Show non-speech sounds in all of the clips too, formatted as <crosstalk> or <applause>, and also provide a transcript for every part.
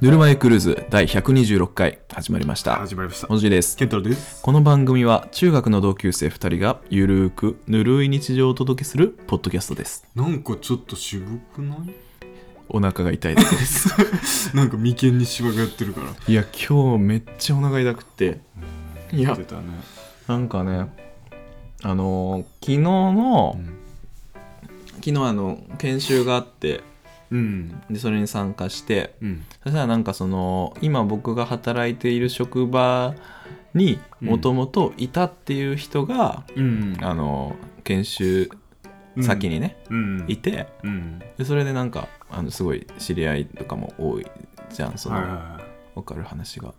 ぬるま湯クルーズ第126回始まりました。始まりましたお。じです。ケントロです。この番組は中学の同級生2人がゆるーくぬるい日常をお届けするポッドキャストです。なんかちょっと渋くないお腹が痛 <laughs> いです。なんか眉間にシワがやってるから。いや、今日めっちゃお腹痛くて。いや出、たね。なんかね、あのー昨日の、うん。昨日あの、研修があって、うん。で、それに参加して、うん。そしたらなんかその今僕が働いている職場にもともといたっていう人が、うんあの研修先にね、うん。いてうん。でそれでなんかあのすごい知り合いとかも多いじゃんその、はいわはいはかる話が。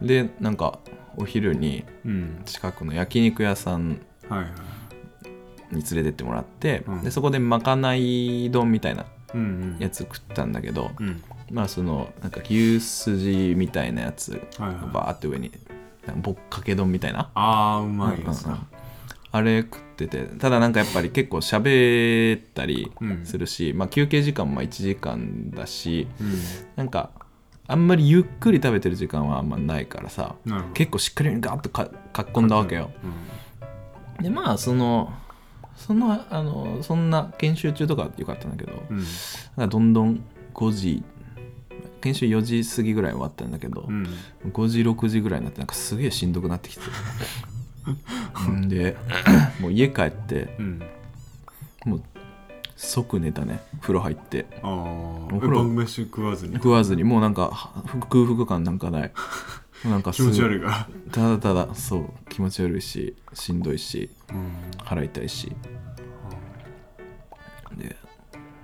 でなんかお昼にい。うん。近くの焼肉屋さんはいはい。に連れてってもらって、うんでそこでまかない丼みたいなうんうん。やつ食ったんだけど、うん。まあそのなんか牛すじみたいなやつはいはい。バーって上になんかぼっかけ丼みたいなあー、うまいやつうんうんうんだ。あれ食っててただなんかやっぱり結構喋ったりうんするし、まあ、休憩時間も1時間だしうん。なんかあんまりゆっくり食べてる時間はあんまないからさなるほど。結構しっかりガーッとかかっこんだわけよでまあそのそのあのそんな研修中とかよかったんだけどうん。うん。なんかどんどん5時研修4時過ぎぐらい終わったんだけど、うん。 5時6時ぐらいになってなんかすげえしんどくなっ <laughs> てきてんでもう家帰ってうん。もう即寝たね風呂入ってああ。おえ風呂晩飯食わずに。食わずにもうなんかは空腹感なんかないなんか気持ち悪いいから。ただただそう気持ち悪いししんどいしうん。腹痛いしで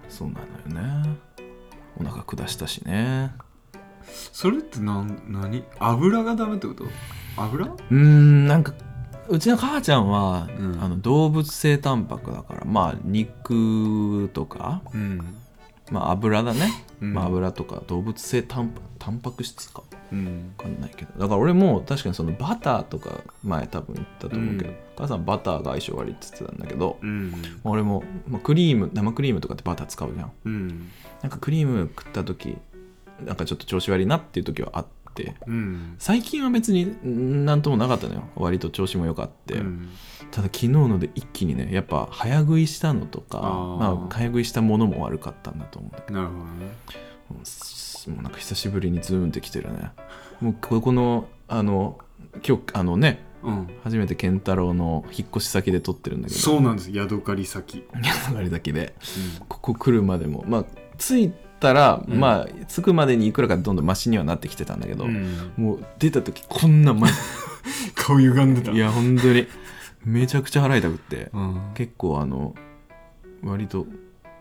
そうなのよねお腹下したしねそれってなん、何油がダメってこと油うーんなんかうちの母ちゃんは、うんあの動物性タンパクだからまあ肉とか、うん。まあ、油だね、うんまあ、油とか動物性タンパタンパク質かうん。分かんないけどだから俺も確かにそのバターとか前多分言ったと思うけど、うん母さんバターが相性悪いって言ってたんだけど、うん。俺も、まあ、クリーム生クリームとかってバター使うじゃんうん。なんかクリーム食った時なんかちょっと調子悪いなっていう時はあってうん。最近は別に何ともなかったのよ割と調子も良かって、うんただ昨日ので一気にねやっぱ早食いしたのとかあーまあ、早食いしたものも悪かったんだと思うんだけなるほどね。どもうすもうなんか久しぶりにズーンってきてるねもうここのあの今日あのねうん。初めて健太郎の引っ越し先で撮ってるんだけどそうなんです、ヤドカリ先。あれだけでここ来るまでもまあ着いたら、うんまあ着くまでにいくらかどんどんマシにはなってきてたんだけど、うんもう出た時こん <laughs> な前顔歪んでた。いや本当にめちゃくちゃ腹痛くってうん。結構あの割と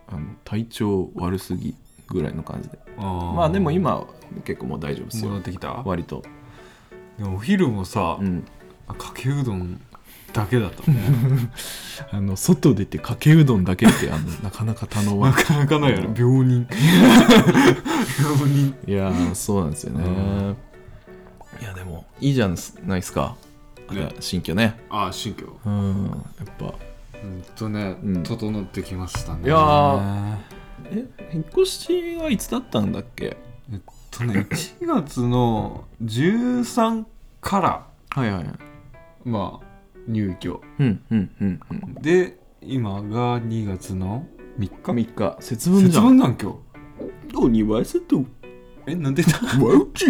あの体調悪すぎぐらいの感じでままあでも、今結構もう大丈夫です戻っよてきた割とでもお昼もさう、んかけうどんだけだったね。あの外出てかけうどんだけってあの <laughs> なかなか頼まなないかなかないよね、病人。病人。いやーそうなんですよね、うんいやでもいいじゃないですか、ね新居ねああ、新居。うんやっぱうんとねうん、整ってきましたね。いやーえ引っ越しはいつだったんだっけえっとね、1月の13から、はいはいはいまあ、入居。うんうんうんうんで、今が2月の3日。 3日節分じ節ゃん分なん今日。お庭セットえ、なんでだワウ <laughs> チ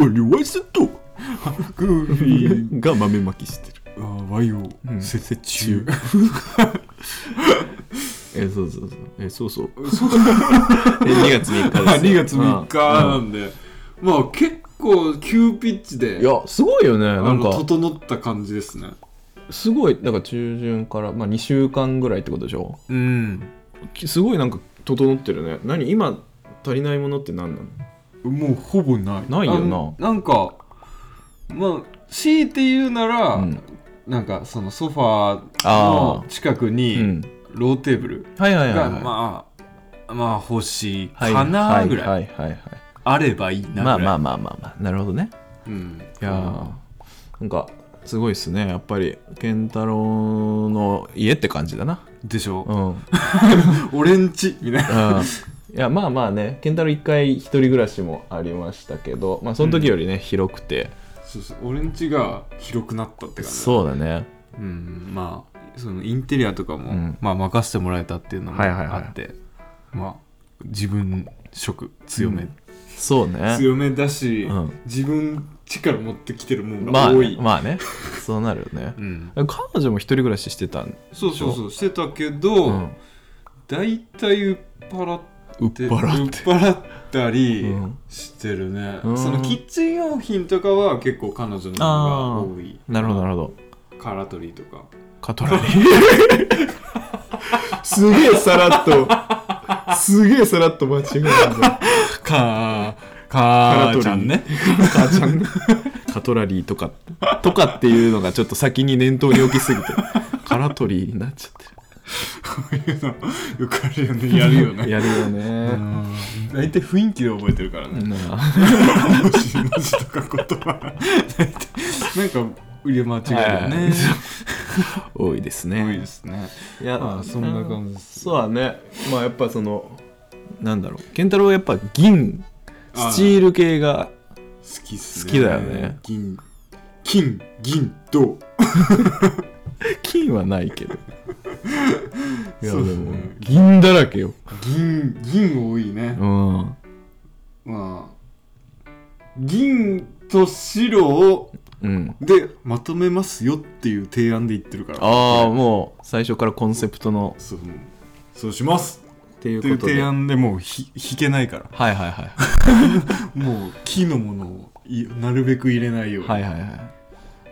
お庭セットグーフィー。が豆まきしてるあー和洋うん節 <laughs> 中。えそうそうそうえそうそうそう <laughs> え2月3日ですよあ <laughs> 2月3日なうんんで、まあ結構急ピッチで、いやすごいよねあなんのか整った感じですね。すごいだから中旬から、まあ、2週間ぐらいってことでしょうん。きすごいなんか整ってるね何今足りないものって何なのもうほぼない。ないよなあのなんか、まあ、強いて言うなら、うんなんかそのソファーあのー近くにんローテーブルはいはいはいが、はいまあ、まあ欲しいはいかなぐらい、はいはいはいはいあればいいなぐらい。まあまあまあまあまあなるほどねうん。いやーなんかすごいっすねやっぱり健太郎の家って感じだなでしょうんオレンジみたいな。あいやまあまあね健太郎一回一人暮らしもありましたけどまあその時よりね、広くてそうそう俺んちが広くなったって感じそうだねうんまあそのインテリアとかも、うんまあ任せてもらえたっていうのもはいはいはいあって、まあ自分色強め、そうね強めだし、うん自分力持ってきてるもんまがあ多い、ねまあねそうなるよねうん、彼女も一人暮らししてたんそうそうそうしてたけど、うん大体酔っ払っうってぱらって酔っ払ったりうんしてるね、うんそのキッチン用品とかは結構彼女の方が多いなるほどなるほどカラトリーとかカトラリーすげえさらっとすげえさらっと間違えたんだカーカカラトリーーちゃんね母ちゃんカトラリーとかとかっていうのがちょっと先に念頭に置きすぎてカラトリーになっちゃってこういうのよくあるよねやるよねやるよねうん大体雰囲気で覚えてるからねなあ文字文字とか言葉大体なんか入れ間違いだはねい多いです多いねですねいやまあそんな感じですそうだねまあやっぱそのなんだろう健太郎はやっぱ銀スチール系が好きっすね好きだよね銀金銀銅金はない <laughs> けどいやでそうだねも銀だらけよ銀銀多いねうんまあ銀と白をうんでまとめますよっていう提案で言ってるからああこもう最初からコンセプトのれそうもうそうしますっていっていううことで提案でもうひ引けないからはいはいはいもう木のものをいなるべく入れないように、はいはいはい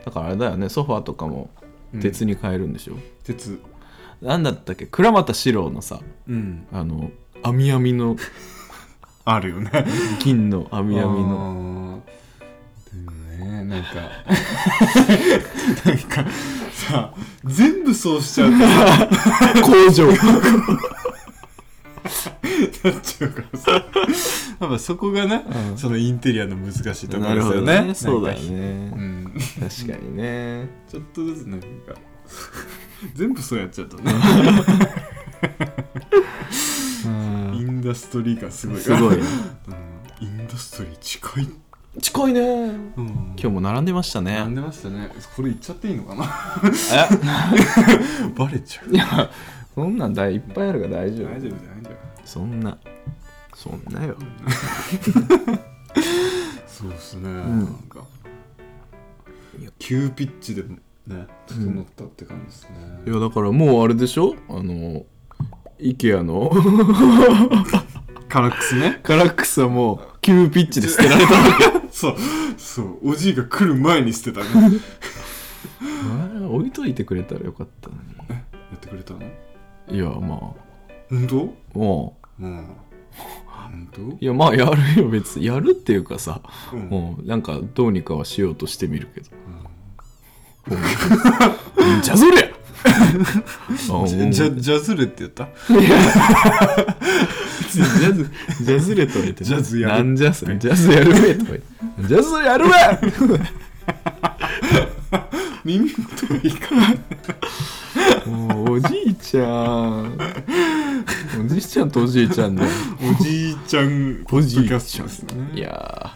だからあれだよねソファーとかもうん鉄に変えるんでしょ、鉄なんだったっけ倉俣史郎のさうんあの網網のあるよね銀の網網ののでもねなんか <laughs> なんかさ全部そうしちゃうと工場 <laughs> なっちゃうからさやっぱそこがね、うんそのインテリアの難しいとこなろでするほよどねねそうだよなねんか <laughs> うん確かにねちょっとずつなんか全部そうやっちゃうとねインダストリー感すごいすごいねうん、インダストリー近い、近いねうん、今今日も並んでました並んねでましたねこれ言っちゃっていいのか <laughs> なえバレちゃういやそんなんだいいっぱいあるから大丈大夫丈夫大丈夫そんなそんなよそうっすね、んなんか急ピッチでね整ったって感じですね、いやだからもうあれでしょあの IKEA の <laughs> カラックスねカラックスはもう急ピッチで捨てられたわ <laughs> そうそうおじいが来る前に捨てたね <laughs> け置いといてくれたらよかったのやってくれたのにいやま本当あもううん本当いやまあやるよ別にやるっていうかさうんもうなんかどうにかはしようとしてみるけどううん <laughs> じゃそ <laughs> りゃあんじゃジャズレって言ったジャズ、ジャズレとは言ってないジャズやるなんじゃそれ、ジャズやるべとか言って。ジャズやるべ耳元いいからもうおじいちゃん。おじいちゃんとおじいちゃんだよ。おじいちゃんポッドキャストですねいや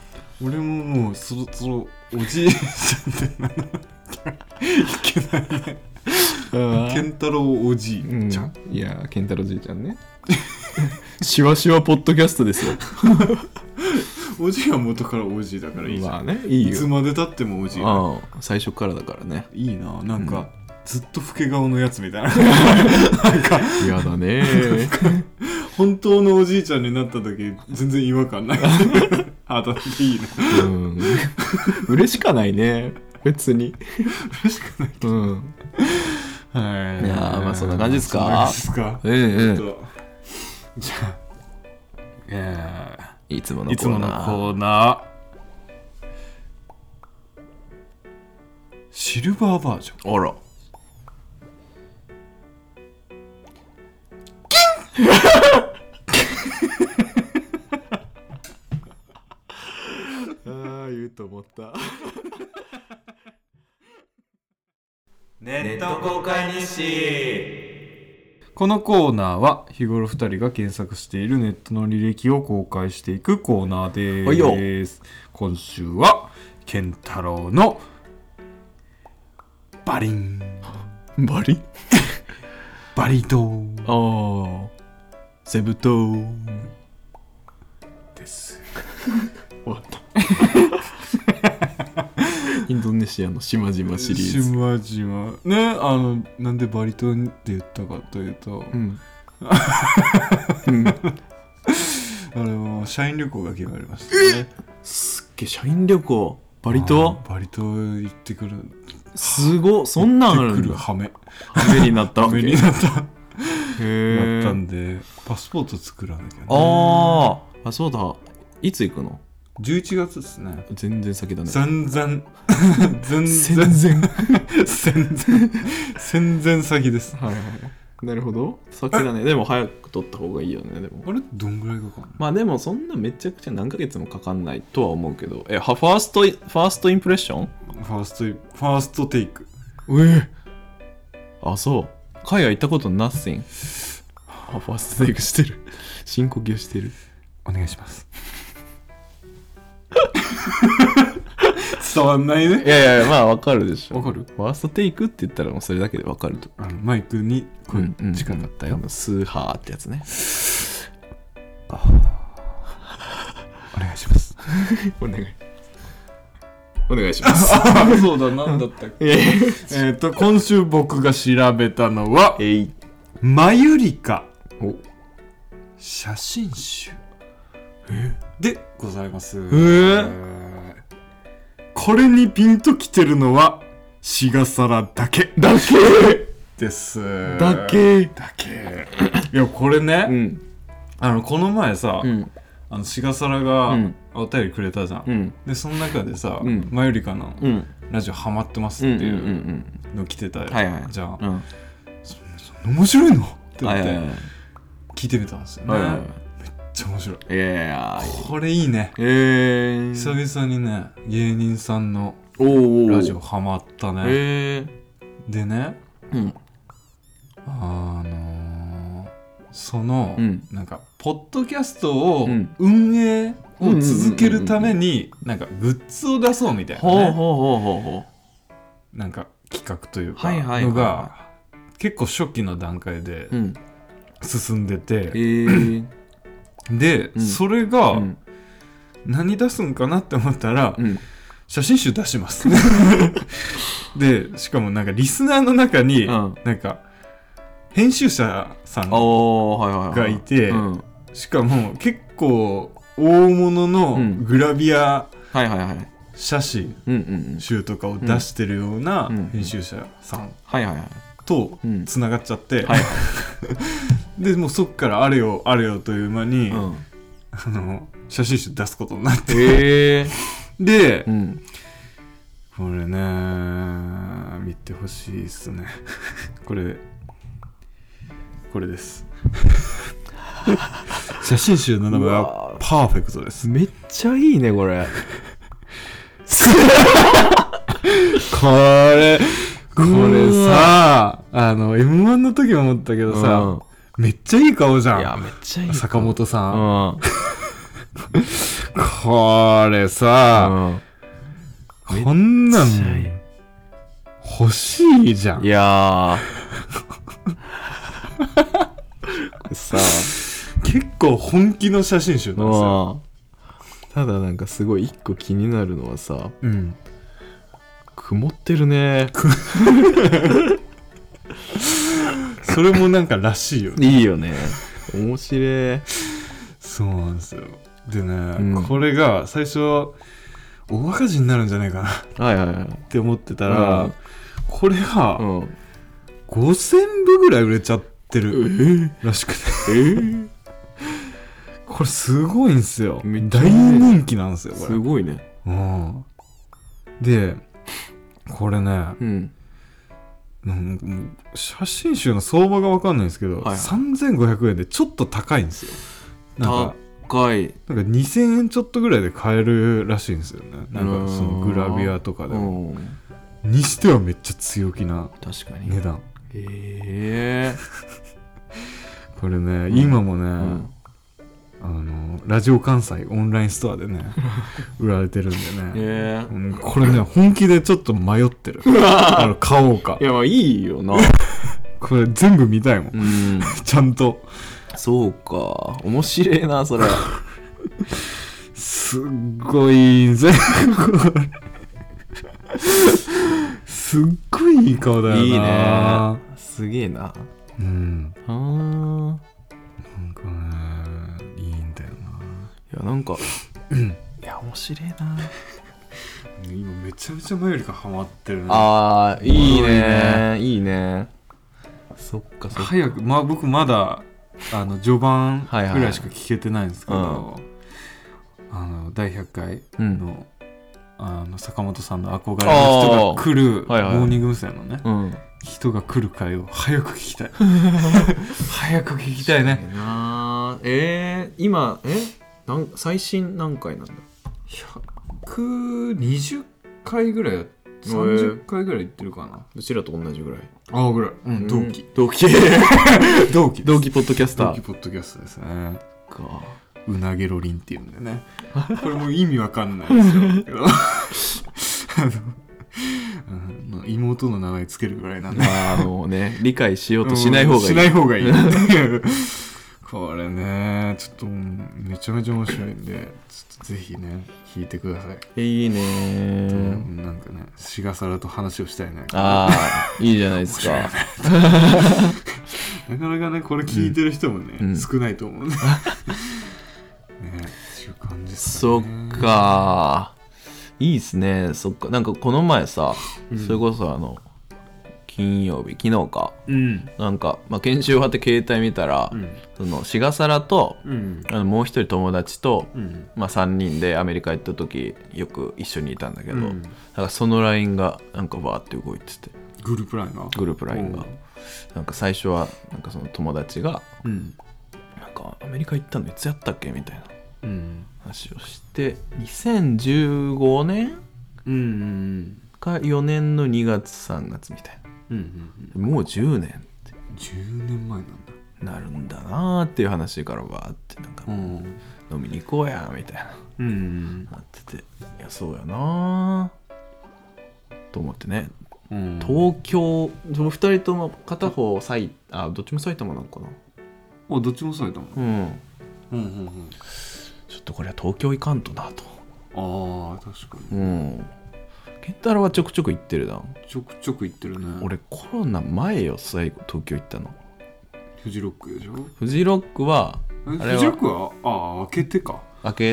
俺ももうそろそろおじいちゃんって名乗らなきゃいけないねー。ケンタロウおじうんいちゃん、いやー、ケンタロウじいちゃんね。しわしわポッドキャストですよ。おじいは元からおじいだからいいじゃん、まあね、いいいつよ。までたってもおじいだああ最初からだからね。いいななんか、ずっと老け顔のやつみたいな嫌だね本当のおじいちゃんになった時全然違和感 <laughs> ない <laughs> あだっていいなうん。嬉しかないね。別に。嬉しくないうん。はいいやーまあそんな感じですかそんな感じですかええええちょっとじゃあいやいつもーのいコつもーのナコー。ーナーシルバーバージョンあら。 <laughs> ああ、言うと思った。ネット公開日誌このコーナーは日頃2人が検索しているネットの履歴を公開していくコーナはいよーです今週は健太郎のバリンバリバリドーああセブ島です終わった <laughs> インドネシアの島々シリーズ、島々ねあのなんでバリ島って言ったかというと、うん、うんあれは社員旅行が決まりましたねすっげえ社員旅行バリ島あーバリ島行ってくるすごっそんなんあ行っるてんくるだハメハメになったハわメけにへなったなったえんでパスポート作らなきゃねあーあそうだいつ行くの11月ですね全然先だね全然全全然然全然全然先ですはいはいはいなるほど先だねでも早く取った方がいいよねでもあれどんぐらいかかるまあでもそんなめちゃくちゃ何ヶ月もかかんないとは思うけどえはファーストイファーストインプレッションのファーストイファーストテイクええあそう海外行ったことナッシンあファーストテイクしてる深呼吸してるお願いします <laughs> 伝わんないねいやいやまあわかるでしょわかるファーストテイクって言ったらもうそれだけでわかるとあのマイクにこう時間だったよ、多分スーハーってやつねお願いしますお願いお願いしますそうだ何だったっけええっと今週僕が調べたのはえ「マユリカお写真集」でございますえこれにピンときてるのはシガサラだけだけですだけだけいやこれね、うんあのこの前さ、うんあのシガサラがうんお便りくれたじゃん、うんでその中でさ、うんマユリカのうんラジオハマってますうんうんってういうんの来てたよ、はいはいじゃあ、うん面白いのっては思いっはていはい聞いてみたんですよね、はいはめっちゃ面白いいいやいやこれいいねえー久々にね芸人さんのおーおーラジオハマったね、えーでねうんあのーその、うんなんかポッドキャストをうん運営を続けるためになんかグッズを出そうみたいな、ほうほうね、ほうほうほなんか企画というかはいはいはいのが結構初期の段階でううん進んでえて、ーで、うんそれがうん何出すんかなって思ったら、うん写真集出し <laughs> ます。で、しかもなんかリスナーの中に、うんなんか、編集者さんあーはいはいはいがいてうんしかも結構大物のうんグラビアはいはいはい写真うんうんうん集とかを出してるようなうん編集者さんはいはいはいとうんつながっちゃって、はいで、もうそっからあれよあれよという間に、うんあの、写真集出すことになって、へえでう、んこれね、見てほしいっすね。これ、これです。写真集の名前うはわパーフェクトです。めっちゃいいねこれこれ、これさ、あの、M1 の時も思ったけどさ、めっちゃいい顔じうんいゃやん。めっちゃいい坂本さ。うんんうんこれさ、こんなんめっちゃいい欲しいじゃいん。やーさ結構本気の写真集あなんですよ。まあただなんかすごい一個気になるのはさうん。曇ってるねそれもなんからしいよねいいよ <laughs> ね面白いそうなんですよでね、うんこれが最初大赤字になるんじゃないかなっはいはいはいて思ってたら、うんこれがうん5000部ぐらい売れちゃってるらしくてえーこれすごいんですよめっちゃ大人気なんですよこすれ、ごいねうん、でこれね、うんうんもう写真集の相場が分かんないんですけど、いはい3500円でちょっと高いんですよなんか高いなんか2000円ちょっとぐらいで買えるらしいんですよねなんかそのグラビアとかでもうんにしてはめっちゃ強気な確かに値段ええこれね、今もね、うんあのラジオ関西オンラインストアで <laughs> ね売られてるんでね、えーうんこれね本気でちょっと迷って <laughs> るあの買おうかいやまあいいよなこれ全部見たいもん、うんちゃんと <laughs> そうか面白 <laughs> いなそれすっごいいいぜ <laughs> これすっごいいい顔だよないいねすげえなうんあーなんかねいいんだよないやなんかいや面白いな今めちゃめちゃ前よりかハマってるなあーいいねいいねそっかそっか早くまあ僕まだあの序盤ぐはいはいらいしか聞けてないんですけど、あの第100回の,、あの坂本さんの憧れの人が来る、あーはいはいモーニング娘。のね、うん人が来る回を早く聞きたい <laughs> 早く聞きたいねなえー、今えなん最新何回なんだ120回ぐらいや30回ぐらい行ってるかな、うちらと同じぐらいああぐらい、うん、同期同 <laughs> 期同期同期ポッドキャスタ同期ーポッドキャストですねかうなげろりんっていうんでねこれもう意味わかんないですよあのあの妹の名前つけるぐらいなんでまああのね理解しようとしない方がいい、しない方がいいこれねちょっとめちゃめちゃ面白いんでちょっとぜひね聞いてください、いいねうんなんかねしがさらと話をしたいねああいいじゃないですかなかなかねこれ聞いてる人もね、うん少ないと思うね <laughs> ねっていう感じっすそかっねかいいっすねそっかなんかこの前さ、それこそあの金曜日昨日かうんなんか、まあ、研修終わって携帯見たら、うんそのシガサラとうんあのもう一人友達と、うんまあ、3人でアメリカ行った時よく一緒にいたんだけど、うんなんかその LINE がなんかバーって動いててグループラインがグループ LINE が、うんなんか最初はなんかその友達がうんなんかアメリカ行ったのいつやったっけみたいなうん話をして2015年うんうんか4年の2月3月みたいうんうんなもう10年って10年前なんだなるんだなーっていう話からバーってなんかうん飲みに行こうやみたいなうんなってていやそうやなーと思ってねうん東京その2人とも片方埼あどっちも埼玉なんかなあどっちもそうやったもんうんうんうんちょっとこれは東京行かんとなとうんあー確かうにん健太郎はちょくちょく行ってるなちょくちょく行ってるね俺コロナ前よ最後東京行ったのフジロックでしょフジロックはえあれはフジロックはああ開けてか明け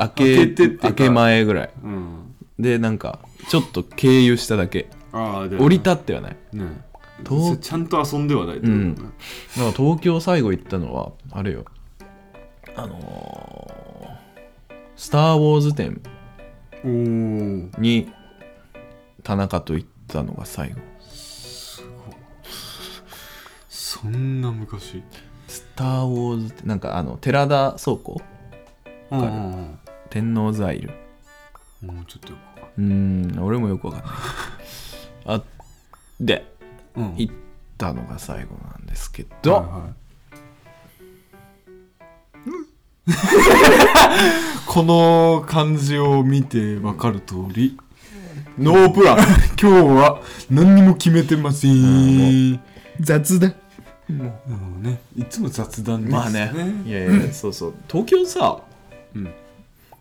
明けけてっていうか明け前ぐらいうんでなんかちょっと経由しただけああで降り立ってはないね東それちゃんと遊んではないってことだねなんか東京最後行ったのはあれよあのースター・ウォーズ」展おーに田中と行ったのが最後そんな昔「スター・ウォーズ」ってなんかあの寺田倉庫うんうん天王座いるうんもうちょっとよくわかうーん俺もよくわか <laughs> んないあでんないうん行ったのが最後なんですけどど、 <laughs> この感じを見てわかる通り、ノープラ <laughs> ン今日は何にも決めてません、うん雑だね、いつも雑談ですね,、まあねいやいや、そうそう東京さうん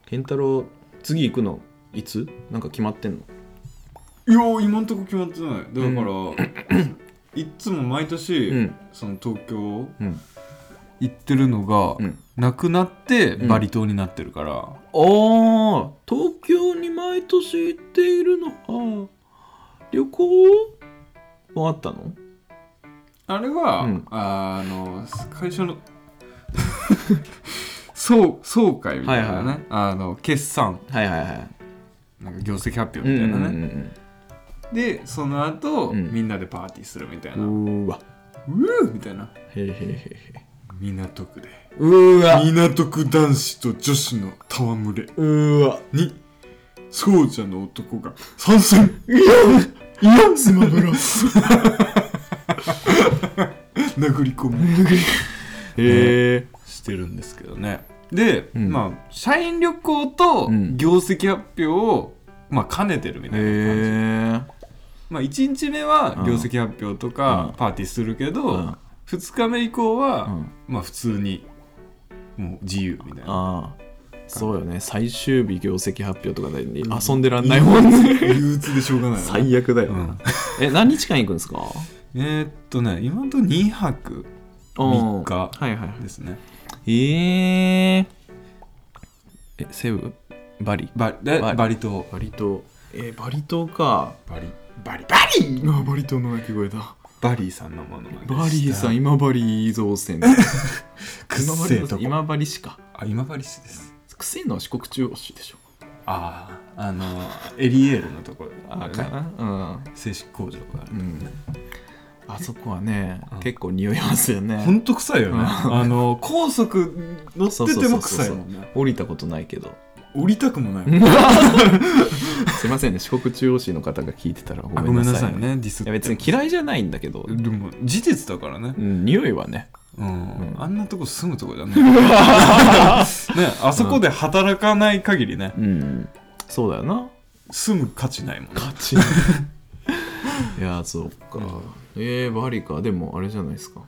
健太郎次行くのいつなんか決まってんのいや今んとこ決まってないだから、いつも毎年、うんその東京うん行ってるのが、うんなくなってうんバリ島になってるから、ああ東京に毎年行っているのは旅行はあったのあれは、うんあの会社の <laughs> 総総会みたいなね、はいはいあの決算はいはいはいなんか業績発表うんみたいなね、うんでその後、うんみんなでパーティーするみたいうんな、ううんうーわうーみたいなへーへーへーへ港区でーうーわ港区男子と女子の戯れうーわにそうじゃの男が参戦いやいやスマブラ殴り込むへえしてるんですけどねで、うんまあ社員旅行とうん業績発表を、まあ、兼ねてるみたいな感じ、へまあ、1日目は業績発表とうんかパーティーするけど、うん2日目以降え、うは、ん、まあ普通にもう自由みたいなああそうよね最終日業績発表とかで遊んでらんないもん <laughs> ね憂鬱でしょうがないよね最悪だよな、うんえ何日間行くんですかえーっとね今のところ2泊3日うんはいはいはですねいえー、えセブバリバリババリバリ島バリ島えーバリ島かバリバリバリーバリ島の鳴き声だバリーさんのものまねバリーさんし今バリー造船たくっ今せ治えと造こ今バリ市かあ今治市ですくせえのは四国中央市でしょあああのエリエールのところあかねな製紙工場があるうん、うん、あそこはね、うん結構匂いますよねほんと臭いよねうんあの高速乗ってても臭いもんね降りたことないけど降りたくもないもんすいませんね四国中央市の方が聞いてたらごあめごんめんななささい,、いねディスっいやて別に嫌いじゃないんだけど、でも事実だからねう、ん、匂いはねうんうんあんなとこ住むとこじゃ <laughs> ないねあそこで働かない限りねうんそうだよな住む価値ないもんね勝 <laughs> ちいやそうか、えー、バリかでもあれじゃないですか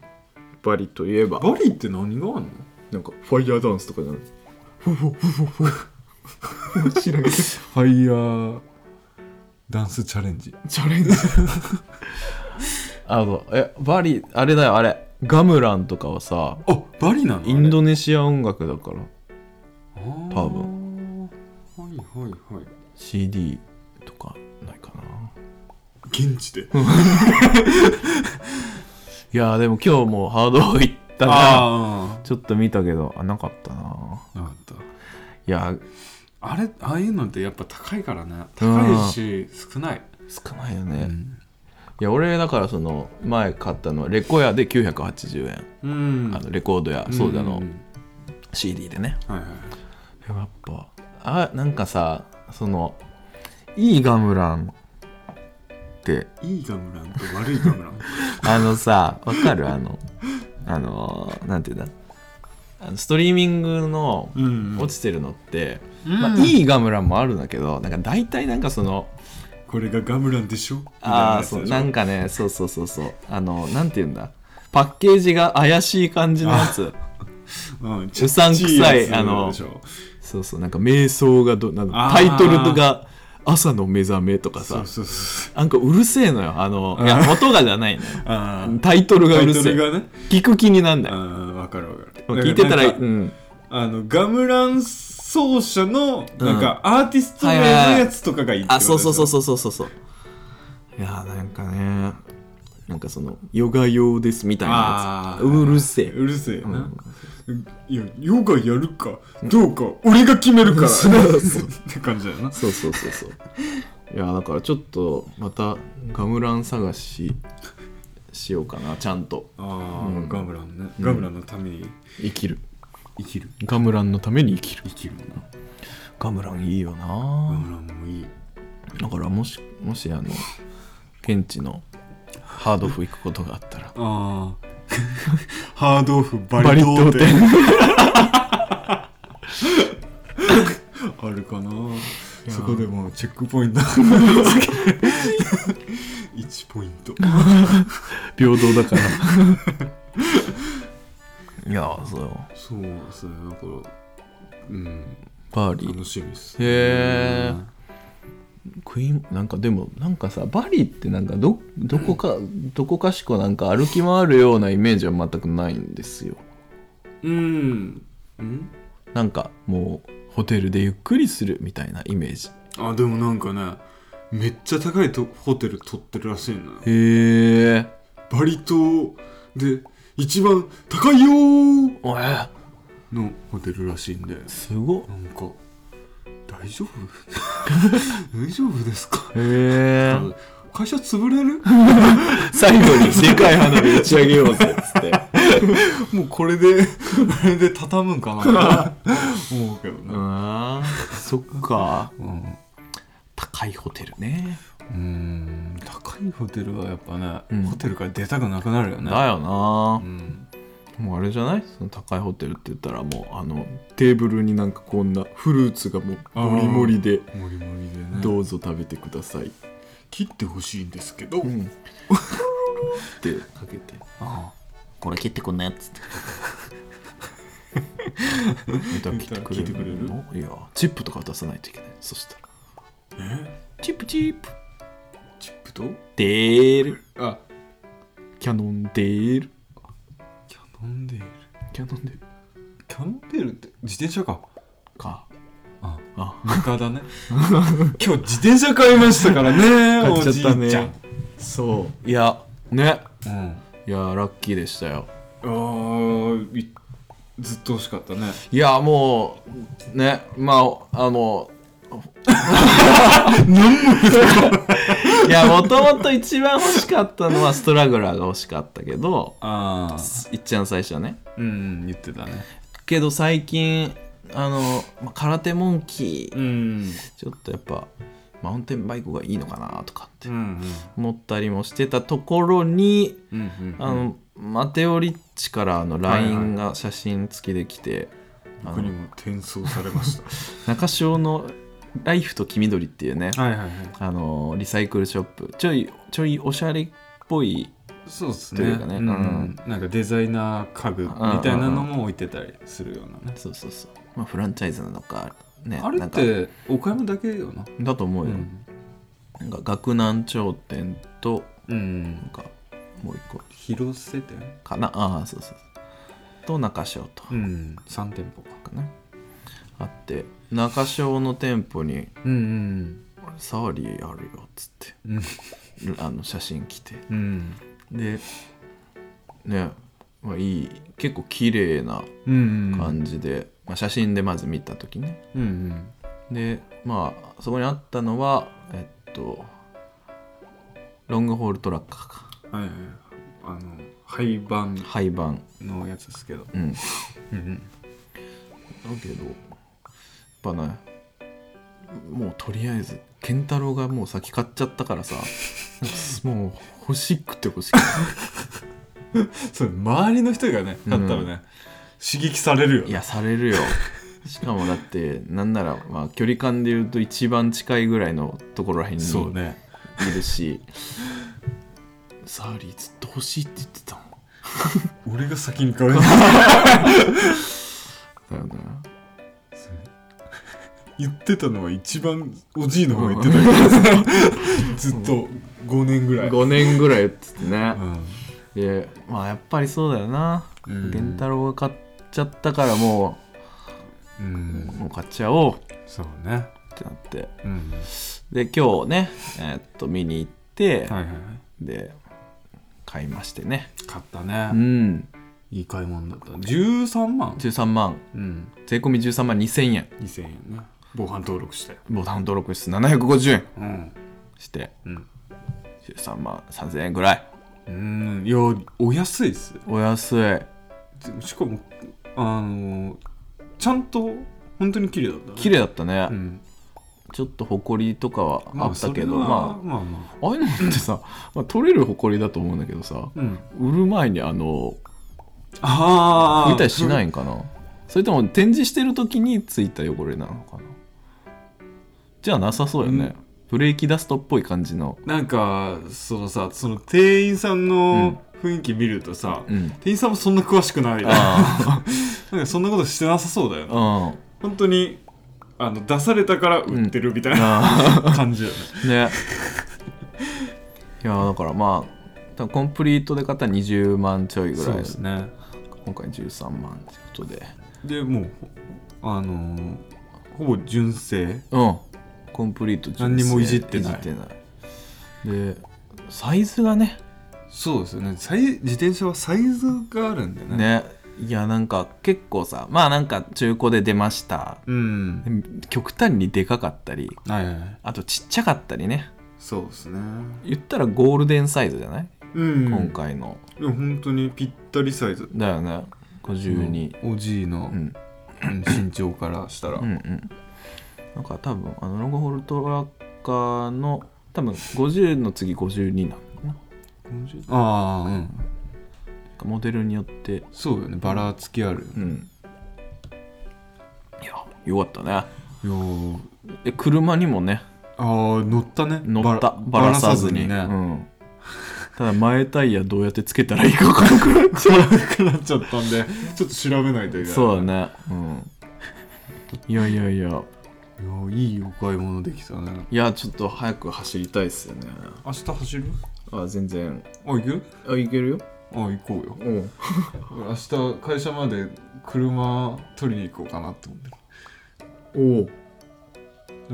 バリといえばバリって何があんのなんかファイヤーダンスとかじゃないふふふふふ知らないチファイヤーダンスチャレンジャレンジあのえバリあれだよあれガムランとかはさあバリなのインドネシア音楽だから多分はいはいはい CD とかないかな現地でいやーでも今日もハードオフ行ったなあちょっと見たけどあなかったなあなかったいやーあれああいうのってやっぱ高いからね高いし少ない、少ないよね、うんいや俺だからその前買ったのはレコヤで980円、うんあのレコードやソーダの CD でね、はいはいでもやっぱあなんかさそのいいガムランっていいガムランと悪いガ <laughs> ムランあのさわかるあのあのーなんていうんだあのストリーミングのうん落ちてるのって、うんまあ、いいガムランもあるんだけどなんか大体なんかそのこれがガムランでしょみたいなああやーつでそしうょなんかねそうそうそうそうあのなんていうんだパッケージが怪しい感じのやつうんうさんくさいちっちやつあのでしょそうそうなんか瞑想がどなんかあターイトルとか朝の目覚めとかそさうそうそうなんかうるせえのよあのいや音がじゃないのよあータイトルがタうイるトせルえがね聞く気になんあないーわかるわかる聞いてたらなうんかんあのガムラン奏者のなんかアーティスト名のやつとかがいいってあそうそうそううそうそうそうそういやーなんかねなんかそのヨガ用ですみたいなあやつーうるせえうるせえう、なんいやヨガやるかどうか俺が決めるからそうそうそうって感じだよなそうそうそうそういやーだからちょっとまたガムラン探ししようかなちゃんとああ、うんガムランねガムランのために生きる生きるガムランのために生きる生きるなガムランいいよガなムランもいいだからもしもしあの現地のハードオフ行くことがあったらああ <laughs> ハードオフババリリ島島っっててあるかなそこでもうチェックポイント1ポイント平等だから <laughs> いやーそうよそうですねだからうんバーリー楽しみですへークイーンなんかでもなんかさバリってなんかどどこかどこかしこなんか歩き回るようなイメージは全くないんですようんうんなんかもうホテルでゆっくりするみたいなイメージあでもなんかねめっちゃ高いとホテル取ってるらしいなへえバリ島で一番高いよーおえのホテルらしいんですごっなんか大丈夫大丈夫 <laughs> ですかへえ会社潰れる最後にでかい花火打ち上げようぜっつってもうこれでこれで畳むんかな思 <laughs> うけどうねんそっかうん高いホテルねうん高いホテルはやっぱね、うんホテルから出たくなくなるよねだようなんもうあれじゃないその高いホテルって言ったらもうあのテーブルになんかこんなフルーツがもうもりもりでもりもりでねどうぞ食べてください、切ってほしいんですけど、うんってかけてあこれ切ってこんなやつってネタ切切ってくれるってくれるのいやチップとか渡さないといけないそしたらあえチップチップチップとデールあキャノンデールキャノンデールキャノンデールキャノンデールって自転車かかああメーカーだね <laughs> 今日自転車買いましたからね買っちゃったねおじいちゃそういやねん、いやラッキーでしたようん、あーいずっと欲しかったねいやもうねまああのいやもともと一番欲しかったのはストラグラーが欲しかったけどああいっちゃん最初はねうん言ってたねけど最近あの、まあ、空手モンキーんちょっとやっぱマウンテンバイクがいいのかなとかってうん思ったりもしてたところにうんうんあの、マテオリッチからあのはいはい LINE が写真付きで来て、あ僕にのも転送されました中潮の「ライフと黄緑」っていうね <laughs> はいはいはいあのリサイクルショップちょいちょいおしゃれっぽいそうですといねうかねうんうんなんかデザイナー家具みたいなのも置いてたりするようなねそうそうそう、まあ、フランチャイズなのかねあれなっんかて岡山だけよなだと思ううよ、ん、なんか学南頂点とうんなん、かもう一個広瀬店かなああそうそうそうと中潮とかうん3店舗かな、あって中潮の店舗にうん「あれサーリーあるよ」っつってうんあの写真来てうんでねまあいい結構綺麗なうんうん感じで、まあ、写真でまず見た時ねうんうんでまあそこにあったのはえっとロングホールトラッカーかはいはいあの廃盤廃盤のやつですけどうんだうんうんけどやっぱねもうとりあえず健太郎がもう先買っちゃったからさ <laughs> もう欲しくて欲しくてそう周りの人がね買ったらね、刺激されるよいねやされるよしかもだってなんならまあ距離感で言うと一番近いぐらいのところらへんにそういねるし、サーリーずっと欲しいって言ってたもん俺が先に <laughs> 買うだよね言ってたのは一番おじいの方が言ってたけ <laughs> どずっと5年ぐらい、 5年ぐらい言っててねう、んでまあやっぱりそうだよなうん源太郎が買っちゃったからもうう、ん、もう買っちゃおうっそうねてなってうんで今日ねえーっと見に行って、はいはいはいで買いましてね買ったうねんいい買い物だった13万13万うん税込み13万2000円2000円ね防犯登録したよボタン登録室750円うんしてうん13万3000円ぐらいうんいやお安いですお安いでしかもあのちゃんと本当に綺麗だったね綺麗だったね、うんちょっとほこりとかはあったけど、まあそまれはまあまあ、ああいうのってさ、まあ、取れるほこりだと思うんだけどさあうん売る前にあのああ拭いたりしないいんかなそれとも展示してる時についた汚れなのかなじゃあなさそうよね、ブレーキダストっぽい感じのなんかそのさその店員さんの雰囲気見るとさ、うん店員さんもそんな詳しくないなあなんかそんなことしてなさそうだよねあ <laughs> うん本当にあの出されたから売ってるみたいな、<laughs> あ感じだよねあねいやだからまあ多分コンプリートで買ったら20万ちょいぐらいね今回13万ってことででもうあのーほぼ純正うんコンプリート純正何にもいじってないいでサイズがねそうですよねサイ自転車はサイズがあるんだよねねいやなんか結構さまあなんか中古で出ましたうんで極端にでかかったりはいはいはいあとちっちゃかったりねそうですね言ったらゴールデンサイズじゃない、うん今回のでも本当にぴったりサイズだよね52、おじいの、うんうん身長からしたら、うんうんなんか多分あのロングホールトラッカーの多分50の次52なのかなああうんモデルによってそうよねばらつきあるよねうんいやよかったねいやーえ車にもねあー乗ったね乗っばたばららさずにばらさうね、ん、ただ前タイヤどうやってつけたらいいか分からなくな <laughs> っちゃうなくなっちゃったんでちょっと調べないといけない <laughs> そうだねうんいやいやいやいやーいいお買い物できたねいやちょっと早く走りたいっすよね明日走るあ全然あ行くあいけるよあ行こうようん明日会社まで車取りに行こうかなって思って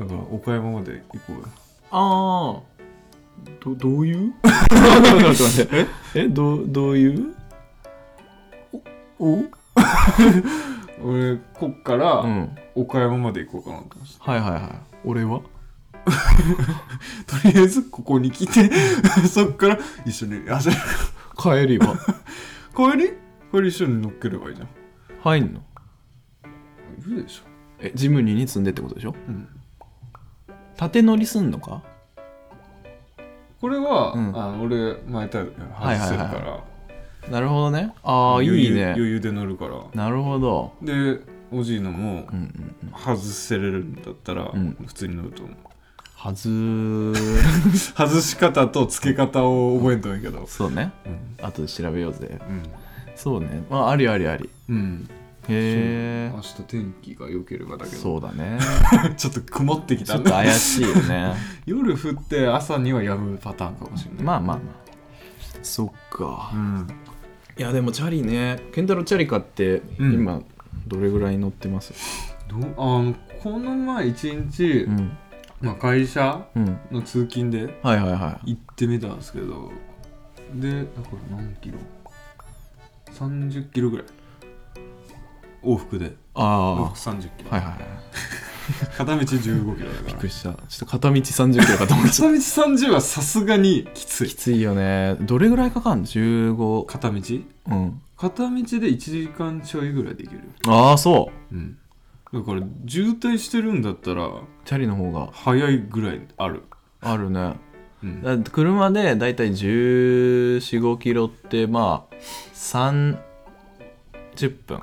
おおだから岡山まで行こうよああどどういうちょっと待ってえ <laughs> えどうどういうおお俺こっから、うん岡山まで行こうかなと思ってはいはいはい俺はましたとりあえずここに来て <laughs> そっから一緒にあじゃあ帰りは帰り帰り一緒に乗っければいいじゃん <laughs> 入んのいるでしょえジムニーに積んでってことでしょうん縦乗りすんのかこれは、うんあの俺前タイヤ外せるから、はいはいなるほどねああいい余裕ね余裕で乗るからなるほどでおじいのもうんうんうん外せれるんだったら、うん普通に乗ると思うはずー <laughs> 外し方と付け方を覚えんといいけどそうねうん後で調べようぜうん、そうねまあありありありうん、へ明日天気が良ければだえけどそうだ <laughs> ねちょっと曇ってきちょたっねと怪しいよ <laughs> ね夜降って朝にはやむパターンかもしれないまあまあまあそっかうんいやでもチャリねケンタロウチャリ買ってうん今どれぐらい乗ってますどうあのこの前一日、うんまあ、会社うんの通勤ではいはいはい行ってみたんですけどでだから何キロ30キロぐらい往復で往あ復30キロ、あはいはいはい片道15キロだ <laughs> かびっくらりしたちょっと片道30キロかと思っちゃっ片道30はさすがにきつたきいついよねどれぐらいかかんの15片道うん片道で1時間ちょいぐらいできるああそうんだから渋滞してるんだったらうチャリの方が早いぐらいある、あるねうん、だって車でだいたい1 4 5キロってまあ30分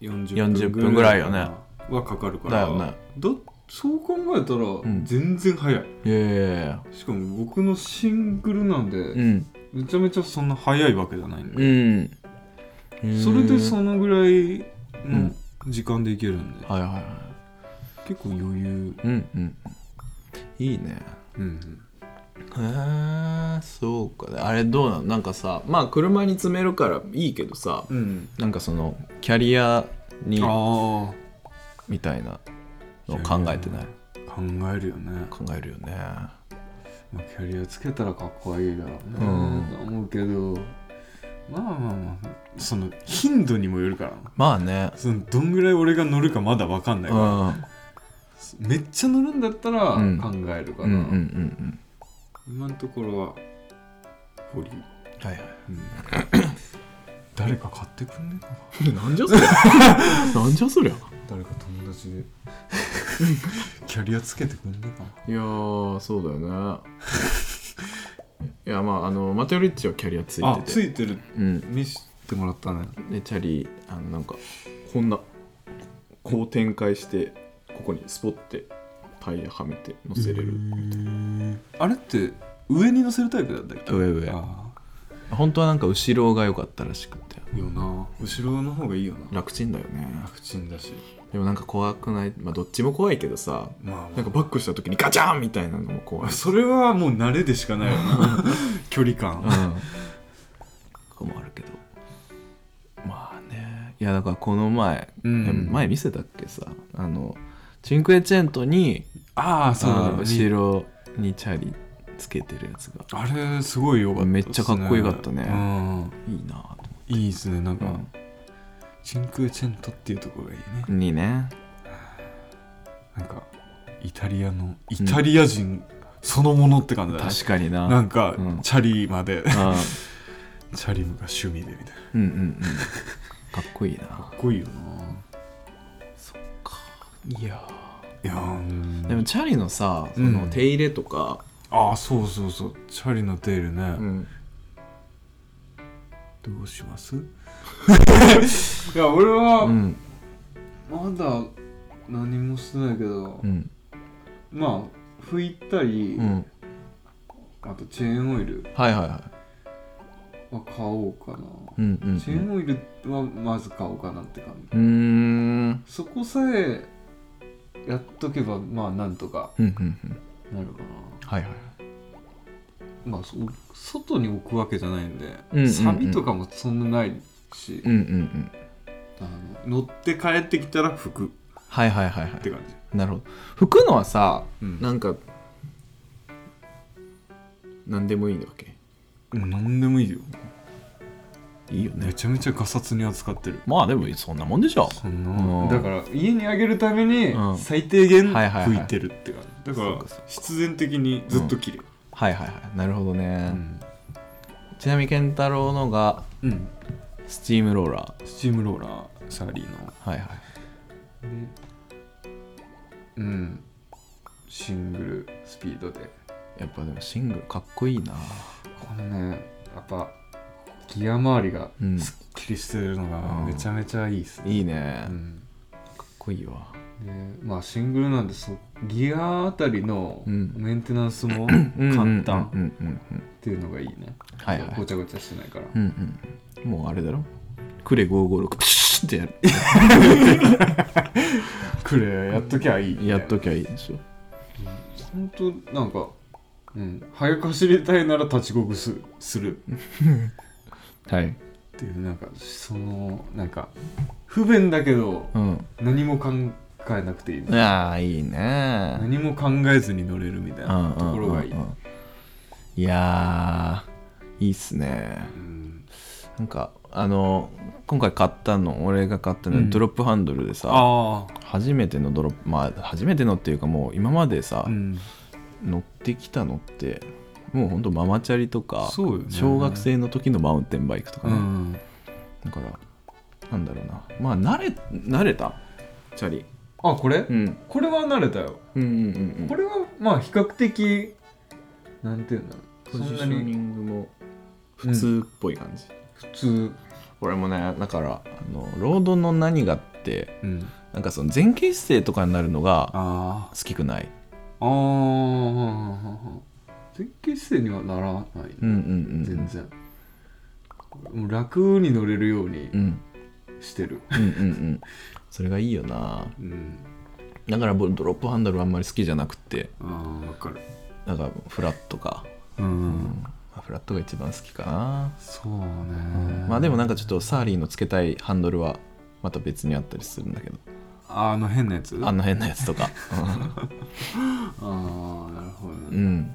40 40分ぐらいよねはかかるからだよねだそう考えたらん全然早い、いやいやいやしかも僕のシングルなんで、うんめちゃめちゃそんな早いわけじゃないんうで、んそれでのそのぐらいのん時間でいけるんで、はいはいはい結構余裕うんうんいいねうんへえそうかねあれどうなのなんかさまあ車に詰めるからいいけどさうん、なんかそのキャリアにああみたいなのを考えてない考えるよね、考えるよねまあ、キャリアつけたらかっこいいだろうね、うんと思うけどまあまあまあその頻度にもよるからなまあねそのどんぐらい俺が乗るかまだわかんなういんから、うんめっちゃ乗るんだったら考うんえるかうら、んうんうん今のところは保留、はいはい <coughs> 誰か買ってくんねえかななんじゃそりゃなんじゃそりゃ誰か友達 <laughs> でキャリアつけてくんねえかないやーそうだよねいやまああのマテオリッチはキャリアついててあついてるうん見せてもらったねでチャリあのなんかこんなこう展開してここにスポッてタイヤはめて乗せれるあれって上に乗せるタイプだったっけ上上あ本当はなんか後ろが良かったらしくてあいいよな後ろの方がいいよな楽ちんだよね楽ちんだしでもなんか怖くないまあどっちも怖いけどさまあ、なんかバックした時にガチャンみたいなのも怖いそれはもう慣れでしかないよな <laughs> 距離感こもあるけどまあねいやだからこの前、うん前見せたっけさあのチンクエチェントにああそうあだのね後ろにチャリつけてるやつがあれすごいよかったすねめっちゃかっこよかったねうんいいなぁといいですねなんか、うんチンクエチェントっていうところがいいね思ってにねなんかイタリアのイタリア人そのものって感じだね、確かにななんか、うんチャリまであチャリが趣味でみたいなかうんうんうんかっこいいなっこいいよなぁいやいやーでもチャリのさそのうん手入れとか、ああそうそうそうチャリのテールね、うんどうします <laughs> いや俺はうんまだ何もしてないけど、うんまあ拭いたり、うんあとチェーンオイルはいはいはいは買おうかな、うんうんチェーンオイルはまず買おうかなって感じうんうーんそこさえやっとけばまあなんとかうんうんうんなるかなはいはいまあそ外に置くわけじゃないんで、うんうんうんサビとかもそんなないし、うんうんうんあの乗って帰ってきたら拭くはいはいはいはって感じ、いなるほど拭くのはさうんなんか何でもいいわけもう何でもいいよいいよめちゃめちゃガサツに扱ってるまあでもそんなもんでしょそんうんなだから家にあげるためにうん最低限はいはいはい拭いてるって感じ、そうだかかそうら必然的にずっと綺麗はいはいはいなるほどうね、ん、ちなみに健太郎のがうんスチームローラスチームローラーサーリーのーはいはいでうんシングルスピードでやっぱでもシングルかっこいいなこのねやっぱギア周りがうんすっきりしてるのうがんめちゃめちゃいいですね、いいね、うんかっこいいわでまあシングルなんでそうギアあたりのうんメンテナンスも簡簡単単うんうんっていうのがいいね、はいはいごちゃごちゃしてないから、うんうんうんもうあれだろクレ556プシュッて <laughs> やるクレアやっときゃいいみたいなやっときゃいいでしょほんとなんか、うん、早く走りたいなら立ちこぐすするはいっていうなんかそのなんか不便だけどうん何も考えなくていいみたいああいいねな何も考えずに乗れるみたいなところがいい、うんうんうんうんいやーいいっすねうんなんかあの今回買ったの俺が買ったの、うんドロップハンドルでさあ初めてのドロップまあ初めてのっていうかもう今までさあ、、うん、乗ってきたのってもうほんとママチャリとか、そうよね小学生の時のマウンテンバイクとかうね、んだからなんだろうなまあ慣れ慣れたチャリ、あこれ、うん、これは慣れたようんうんうんうんこれはまあ比較的なんていうんだろポうそんジシなョニにングも普通っぽい感じ、普通、俺もねだからあのロードの何がってうん、なんかその前傾姿勢とかになるのがあ好きくないあああ前傾姿勢にはならない、うんうんうん全然もう楽に乗れるようにうんしてる、うんうんうん <laughs> それがいいよなうん、だから僕ドロップハンドルあんまり好きじゃなくてああわかるなんかフラットか、うん、まあフラットが一番好きかな、そうね、まあでもなんかちょっとサーリーのつけたいハンドルはまた別にあったりするんだけどああの変なやつあんな変なやつと <laughs> かああなるほどね、うんうん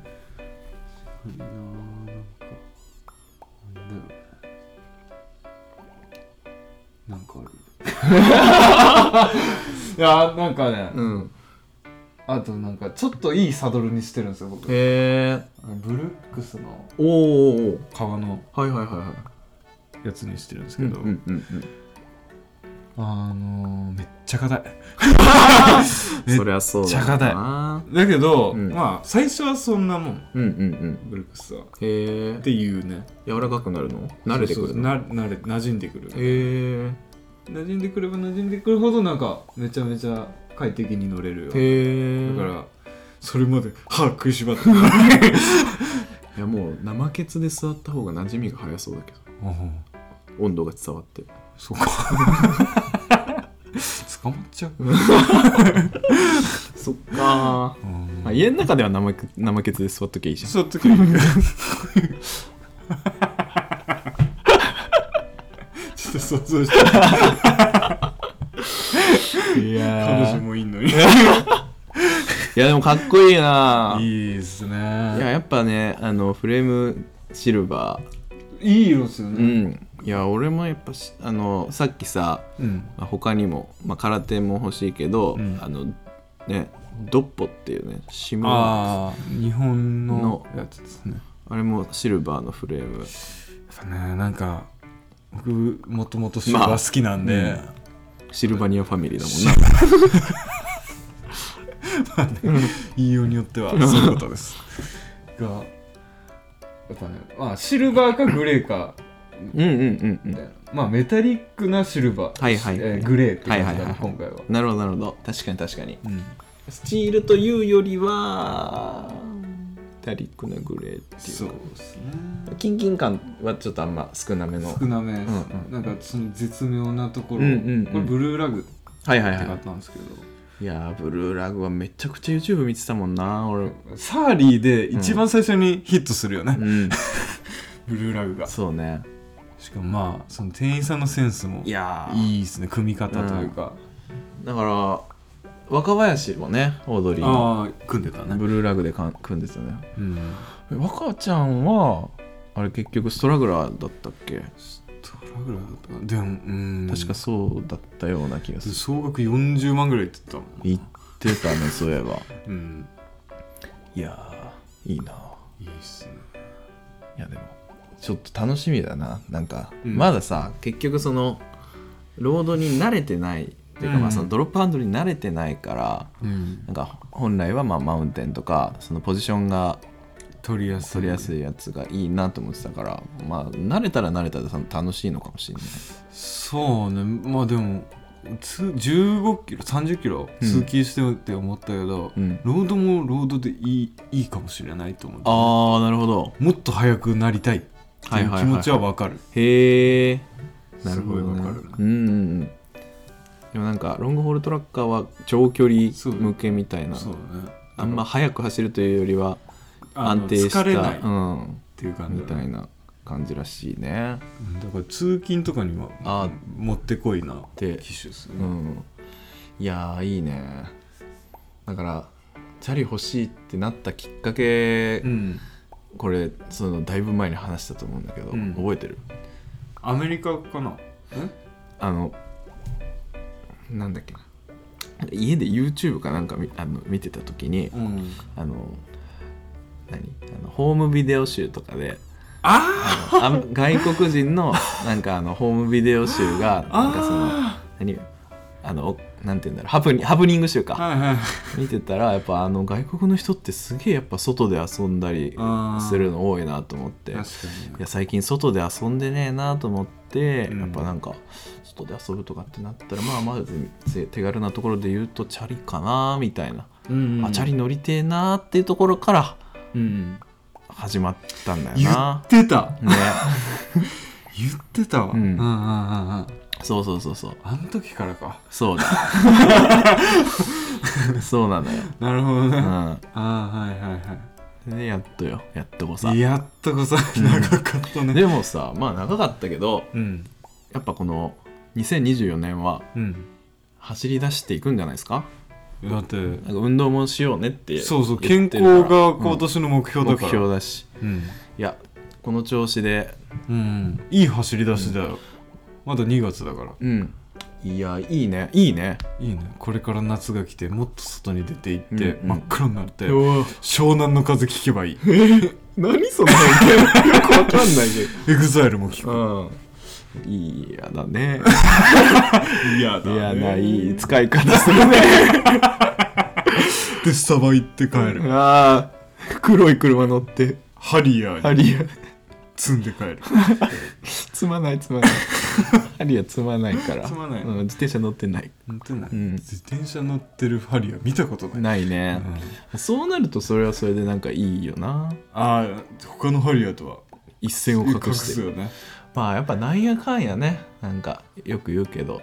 いいなぁなんかなんだろうなんかあるいやなんかね、うんあとなんかちょっといいサドルにしてるんですよ僕へえブルックスのおーおーおー革のはいはいはいはいやつにしてるんですうけんうど、んうんうんあのー、めっちゃ硬いそりゃそうだめっちゃなだけど、うんまあ最初はそんなもんうんうんうんブルックスはっへえていうね柔らかくなるの慣れてくそうるそうのな慣れ馴染んでくるへえ馴染んでくれば馴染んでくるほどなんかめちゃめちゃ快適に乗れるよへえだからそれまで歯食いしばっていやもう生ケツで座った方が馴染みが早そうだけど温度が伝わってそうか捕まっちゃう、そっかまあ、家の中では生け生ケツで座っときゃ <laughs> いいじゃんそうとき <laughs> にちょっと想像してい彼女いもいんのにやでもかっこいいないいですねいややっぱねあのフレームシルバいい色ですよーうねんいや俺もやっぱしあのさっきさうんまあ他にも、まあ、空手も欲しいけど、うんあのねドッポっていうねシムあああ日本のやつですねあれもシルバーのフレームやっぱねなんか僕もともとシルバー好きなんで、まシルバニアファミリーだもんな言いようによっては <laughs> そういうことですがやっぱねまあシルバーかグレーかうんうんうんうみんたいなまあメタリックなシルバー、はいはいえーグレーって感じだね、はいはいはいはい今回は、なるほどなるほど確かに確かにうんスチールというよりはダリックなグレーっていうそうですねキンキン感はちょっとあんま少なめの少なめですね、うんうんなんかその絶妙なところ、うんうんうんこれブルーラグってはいはい買っはたんですけど、いいやーブルーラグはめちゃくちゃ YouTube 見てたもんな俺サーリーで一番最初にヒットするよね、うんブルーラグがそうねしかもまあその店員さんのセンスもいやーいいですね組み方というか、だから若林もねオードリーのああ組んでたねブルーラグでかん組んでたねうんえ若ちゃんはあれ結局ストラグラーだったっけトラグラーだったかなでもうん確かそうだったような気がする、総額40万ぐらいって言って言ってたねそういえばたもんうん <laughs> いやーいいないいっすねいやでもちょっと楽しみだななんか、うんまださ結局そのロードに慣れてないっていうか、うまあんそのドロップハンドに慣れてないからうんなんか本来はまあマウンテンとかそのポジションが取りやすい取りやすいやつがいいなと思ってたからまあ慣れたら慣れたらその楽しいのかもしれないそうねまあでもつ15キロ30キロうん通勤してって思ったけど、うんロードもロードでいいいいかもしれないと思うああなるほどもっと速くなりたいっていう気持ちはわかる、へえなるほど、ね、すごいわかるなうんうんうんでもなんかロングホールトラッカーは長距離そう向けみたいなそうだねあんま速く走るというよりはあの安定した疲れないっうん、ていう感じみだ,、たねいな感じらしいねうんだから通勤とかにはあもってこいなで機種ですうね、んいやーいいねだからチャリ欲しいってなったきっかけ、うんこれそのだいぶ前に話したと思うんだけど、うん覚えてるアメリカかなえあのなんだっけな家で YouTube かなんか見あの見てた時にうんあの何あのホームビデオ集とかでああの <laughs> あ外国人のなんかあのホームビデオ集があなんかその何あのなんて言うんだろうハプニハプニング集かはいはい見てたらやっぱあの外国の人ってすげえやっぱ外で遊んだりあーするの多いなと思って確かいや最近外で遊んでねえなと思って、うんやっぱなんか外で遊ぶとかってなったらまあまずせ手軽なところで言うとチャリかなみたいな、に、うんうんあチャリ乗りてえなっていうところからうん始まったんだよ言なっ。てたね、 <laughs> 言ってたわ、うんうんうんうんうんあそうそうそうそうの時からかそうだ <laughs> そうなのよ、なるほどね、あうあはいはいはん、でやっとよやっとこさいやっとこさ長かったねでもさまあ長かったけどうんやっぱこの2024年はうん走り出していくんじゃないですかだってなんか運動もしようねってそうそう健言って康るからがう今ん年の目標だから、目標だしうん、いやこの調子でうん、いい走り出しだよ、まだ2月だからうんいやいいねいいねいいねこれから夏が来てもっと外に出て行って、うんうん真っ黒になってお湘南の風聞けばいい何そんなのよくわかんないけエグザイルも聞く <laughs> どうんいやだね嫌いだやないい使い方する <laughs> ねでスタバ行って帰る、ああ黒い車乗ってハリアーハにリア積んで帰る積まない積まない <laughs> ハリア積まないから積まないうん、自転車乗ってない本当にうん自転車乗ってるハリアー見たことない、ないねう、んそうなるとそれはそれでなんかいいよなああ他のハリアーとは一線を隠隠してすよね、まあやっぱなんやかんやねなんかよく言うけど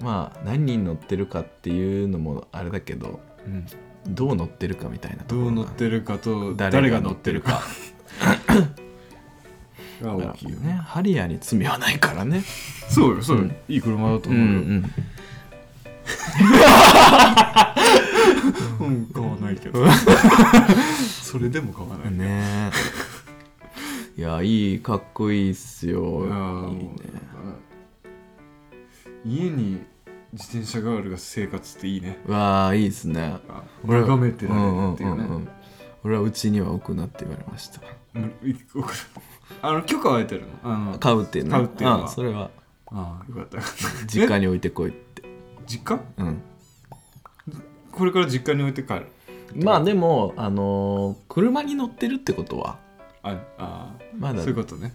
まあ何人乗ってるかっていうのもあれだけどうんどう乗ってるかみたいなとこどろうが乗ってるかと誰が乗ってるかがだ大かきいらよねハリアーに罪はないからねそうよそうよ、うんいい車だとう思うよ、んうん、買わないけど <laughs> それでも買わなういんねえいやいいかっこいいっすよいいああもうね家に自転車があるが生活っていいねうわあいいっすねあ俺は眺めてられるっていうね、んんんん俺はうちには置くなって言われました無理お金あの許可は得てるのあの買うっていうのは買うっていうのはあそれはああよかった実家に置いてこいって実家うんこれから実家に置いて帰るまあでも、あのー車に乗ってるってことはああーまだそういうことね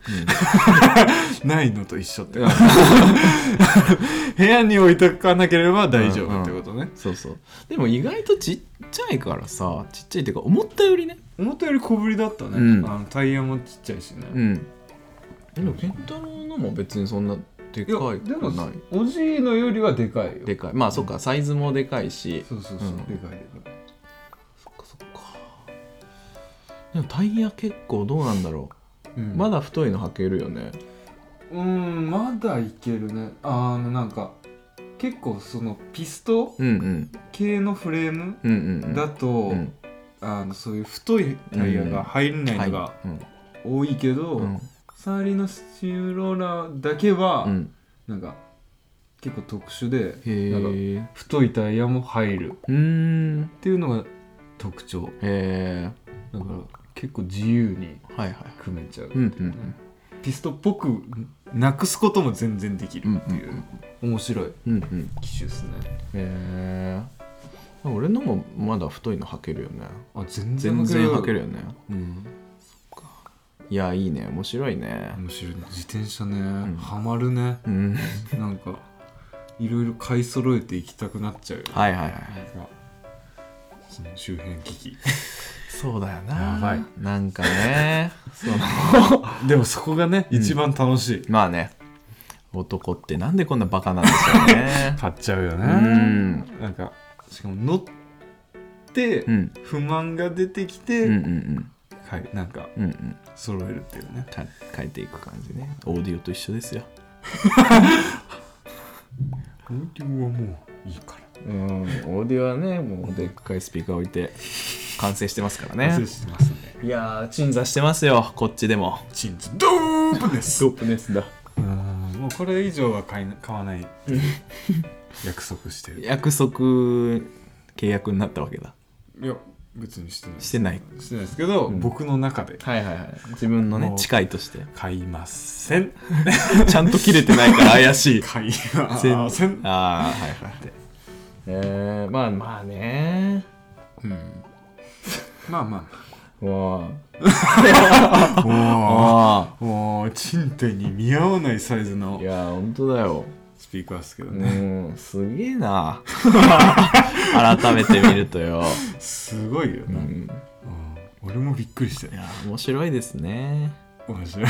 うんないのと一緒って <laughs> 部屋に置いとかなければ大丈夫ってことね、そうそうでも意外とちっちゃいからさちっちゃいっていうか思ったよりね思ったより小ぶりだったね、うんあのタイヤもちっちゃいしね、んでも健太郎のも別にそんなでいかやいでくなもいおじいのよりはでかいよでかいまあそっかサイズもでかいしそうそうそう、うんでかいでかいそっかそっかでもタイヤ結構どうなんだろうう、んまだ太いの履けるよねうんまだいけるねあのなんか結構そのピストうんうん系のフレームうんうんうんだと、うんあのそういう太いタイヤが入んないのがはいうん多いけど、うんサーリのスチームローラーだけは、うんなんか結構特殊でへえなんかう太いタイヤも入るーんっていうのが特徴へえだから結構自由にはいはい組めちゃううんうんピストっぽくなくすことも全然できるっていう、面白いうんうんうん機種ですねへえ俺のもまだ太いの履けるよねあ全全然履けるよねうんいやいいね面白いね面白いね自転車ね、んハマるねうんなんかいろいろ買い揃えていきたくなっちゃうよ、はいはいはいなんかその周辺機器そうだよやばいなんかね <laughs> その <laughs> でもそこがね、ん一番楽しいまあね男ってなんでこんなバカなんでしょう <laughs> ね買っちゃうよねうんなんかしかも乗ってうん不満が出てきて、うんうんはい、なんかうんうんうん揃えるっていうねか変えていく感じねオーディオと一緒ですよオーディオはもういいからうんオーディオはねもうでっかいスピーカー置いて完成してますから忘れねてますねいやー鎮座してますよこっちでもチンズドープですドープネスだうんもうこれ以上は買いな買わない <laughs> 約束してる約束契約になったわけだいや別にしてないしてないしてないですけど、うん僕の中ではいはいはい自分のねもう誓いとして買いませんちゃんと切れてないから怪し <laughs> い買いませんああはいはいえー、まあまあねうんまあまもああおーおー賃貸に見合わないサイズのいやー本当だよスピーカーですけどうね、んすげえ <laughs> な改めて見るとよ、すごいような、ん、うん俺もびっくりしたいよやー面白いですね、面白い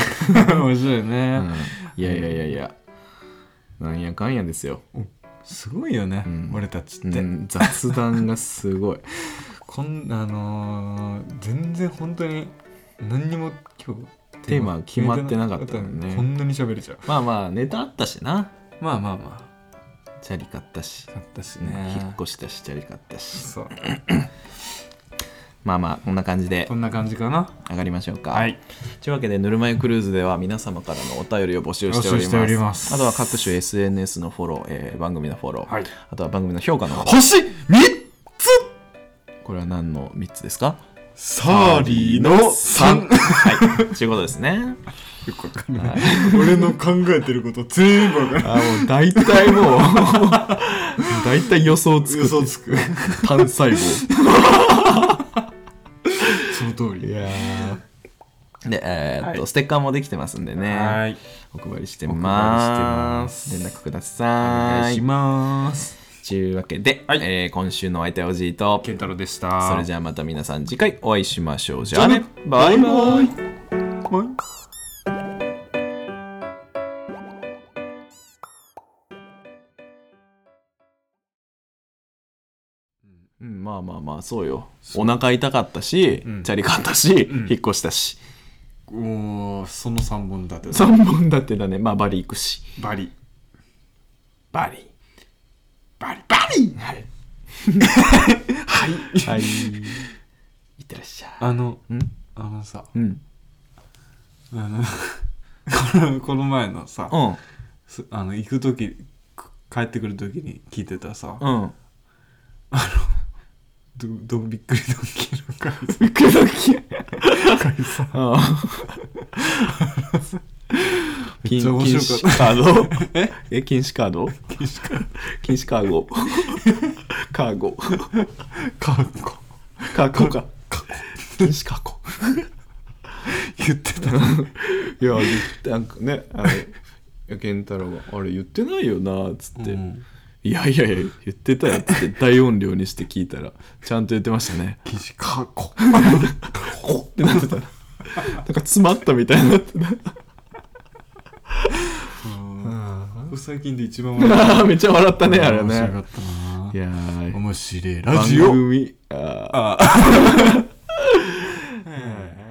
<laughs> 面白いね、うん、いやいやいやいやなんやかんやですよ、すごいよね、うん俺たちっうて、ん、雑談がすごいこんあのー全然本当に何にも今日テーマ決まってなかったよね決めてなかったのにこんなに喋れちゃうまあまあネタあったしなまあまあまチャリ買ったしあ、あったしねね、引っ越したしチャリ買ったしそうまあまあこんな感じでこんな感じかな上がりましょうかはいというわけでぬるま湯クルーズでは皆様からのお便りを募集してお募集りしておまりすますあとは各種 SNS のフォロー、えー番組のフォロー、はいあとは番組の評価の方星3つこれは何の3つですかサーリーの三 3! はいということですねよくわかんない俺の考えてること全部わかんないあもう大体もう大体予想つく嘘つく単細胞その通りやで、えーっと、はいステッカーもできてますんでねはいお配りしてますお配りしてます連絡くだおさ願いいしますというわけで、はいえー今週のお相手はおじいと健太郎でしたそれじゃあまた皆さん次回お会いしましょうじじゃゃああねねバイバイバイうんまあまあまあそうよお腹痛かったし、うんチャリ買ったし、うん引っ越したしおーその3本立てだ3本立てだねまあバリ行くしバリバリバリバリはいはいはいいってらっしゃいあのうんあのさうんあのこのこの前のさうんすあの行く時く帰ってくる時に聞いてたさうんどどびっくりドンキーの回びっくりドキさめ禁禁っちゃ面白止カードえ禁止カード禁止カーゴカーゴカーゴカーゴか禁止カーゴ言ってたいやなんかねあれ健太郎が「あれ言ってないよな」っつって「うんいやいやいや言ってたよ」っつって大音量にして聞いたらちゃんと言ってましたね記事かっこ「こっ!」ってなってたらなんか詰まったみたいにな <laughs> ってこれ <laughs> 最近で一番笑ったためっちゃ笑ったねあれ面白かねったないやー面白いラジオ番組あーああはいはいはい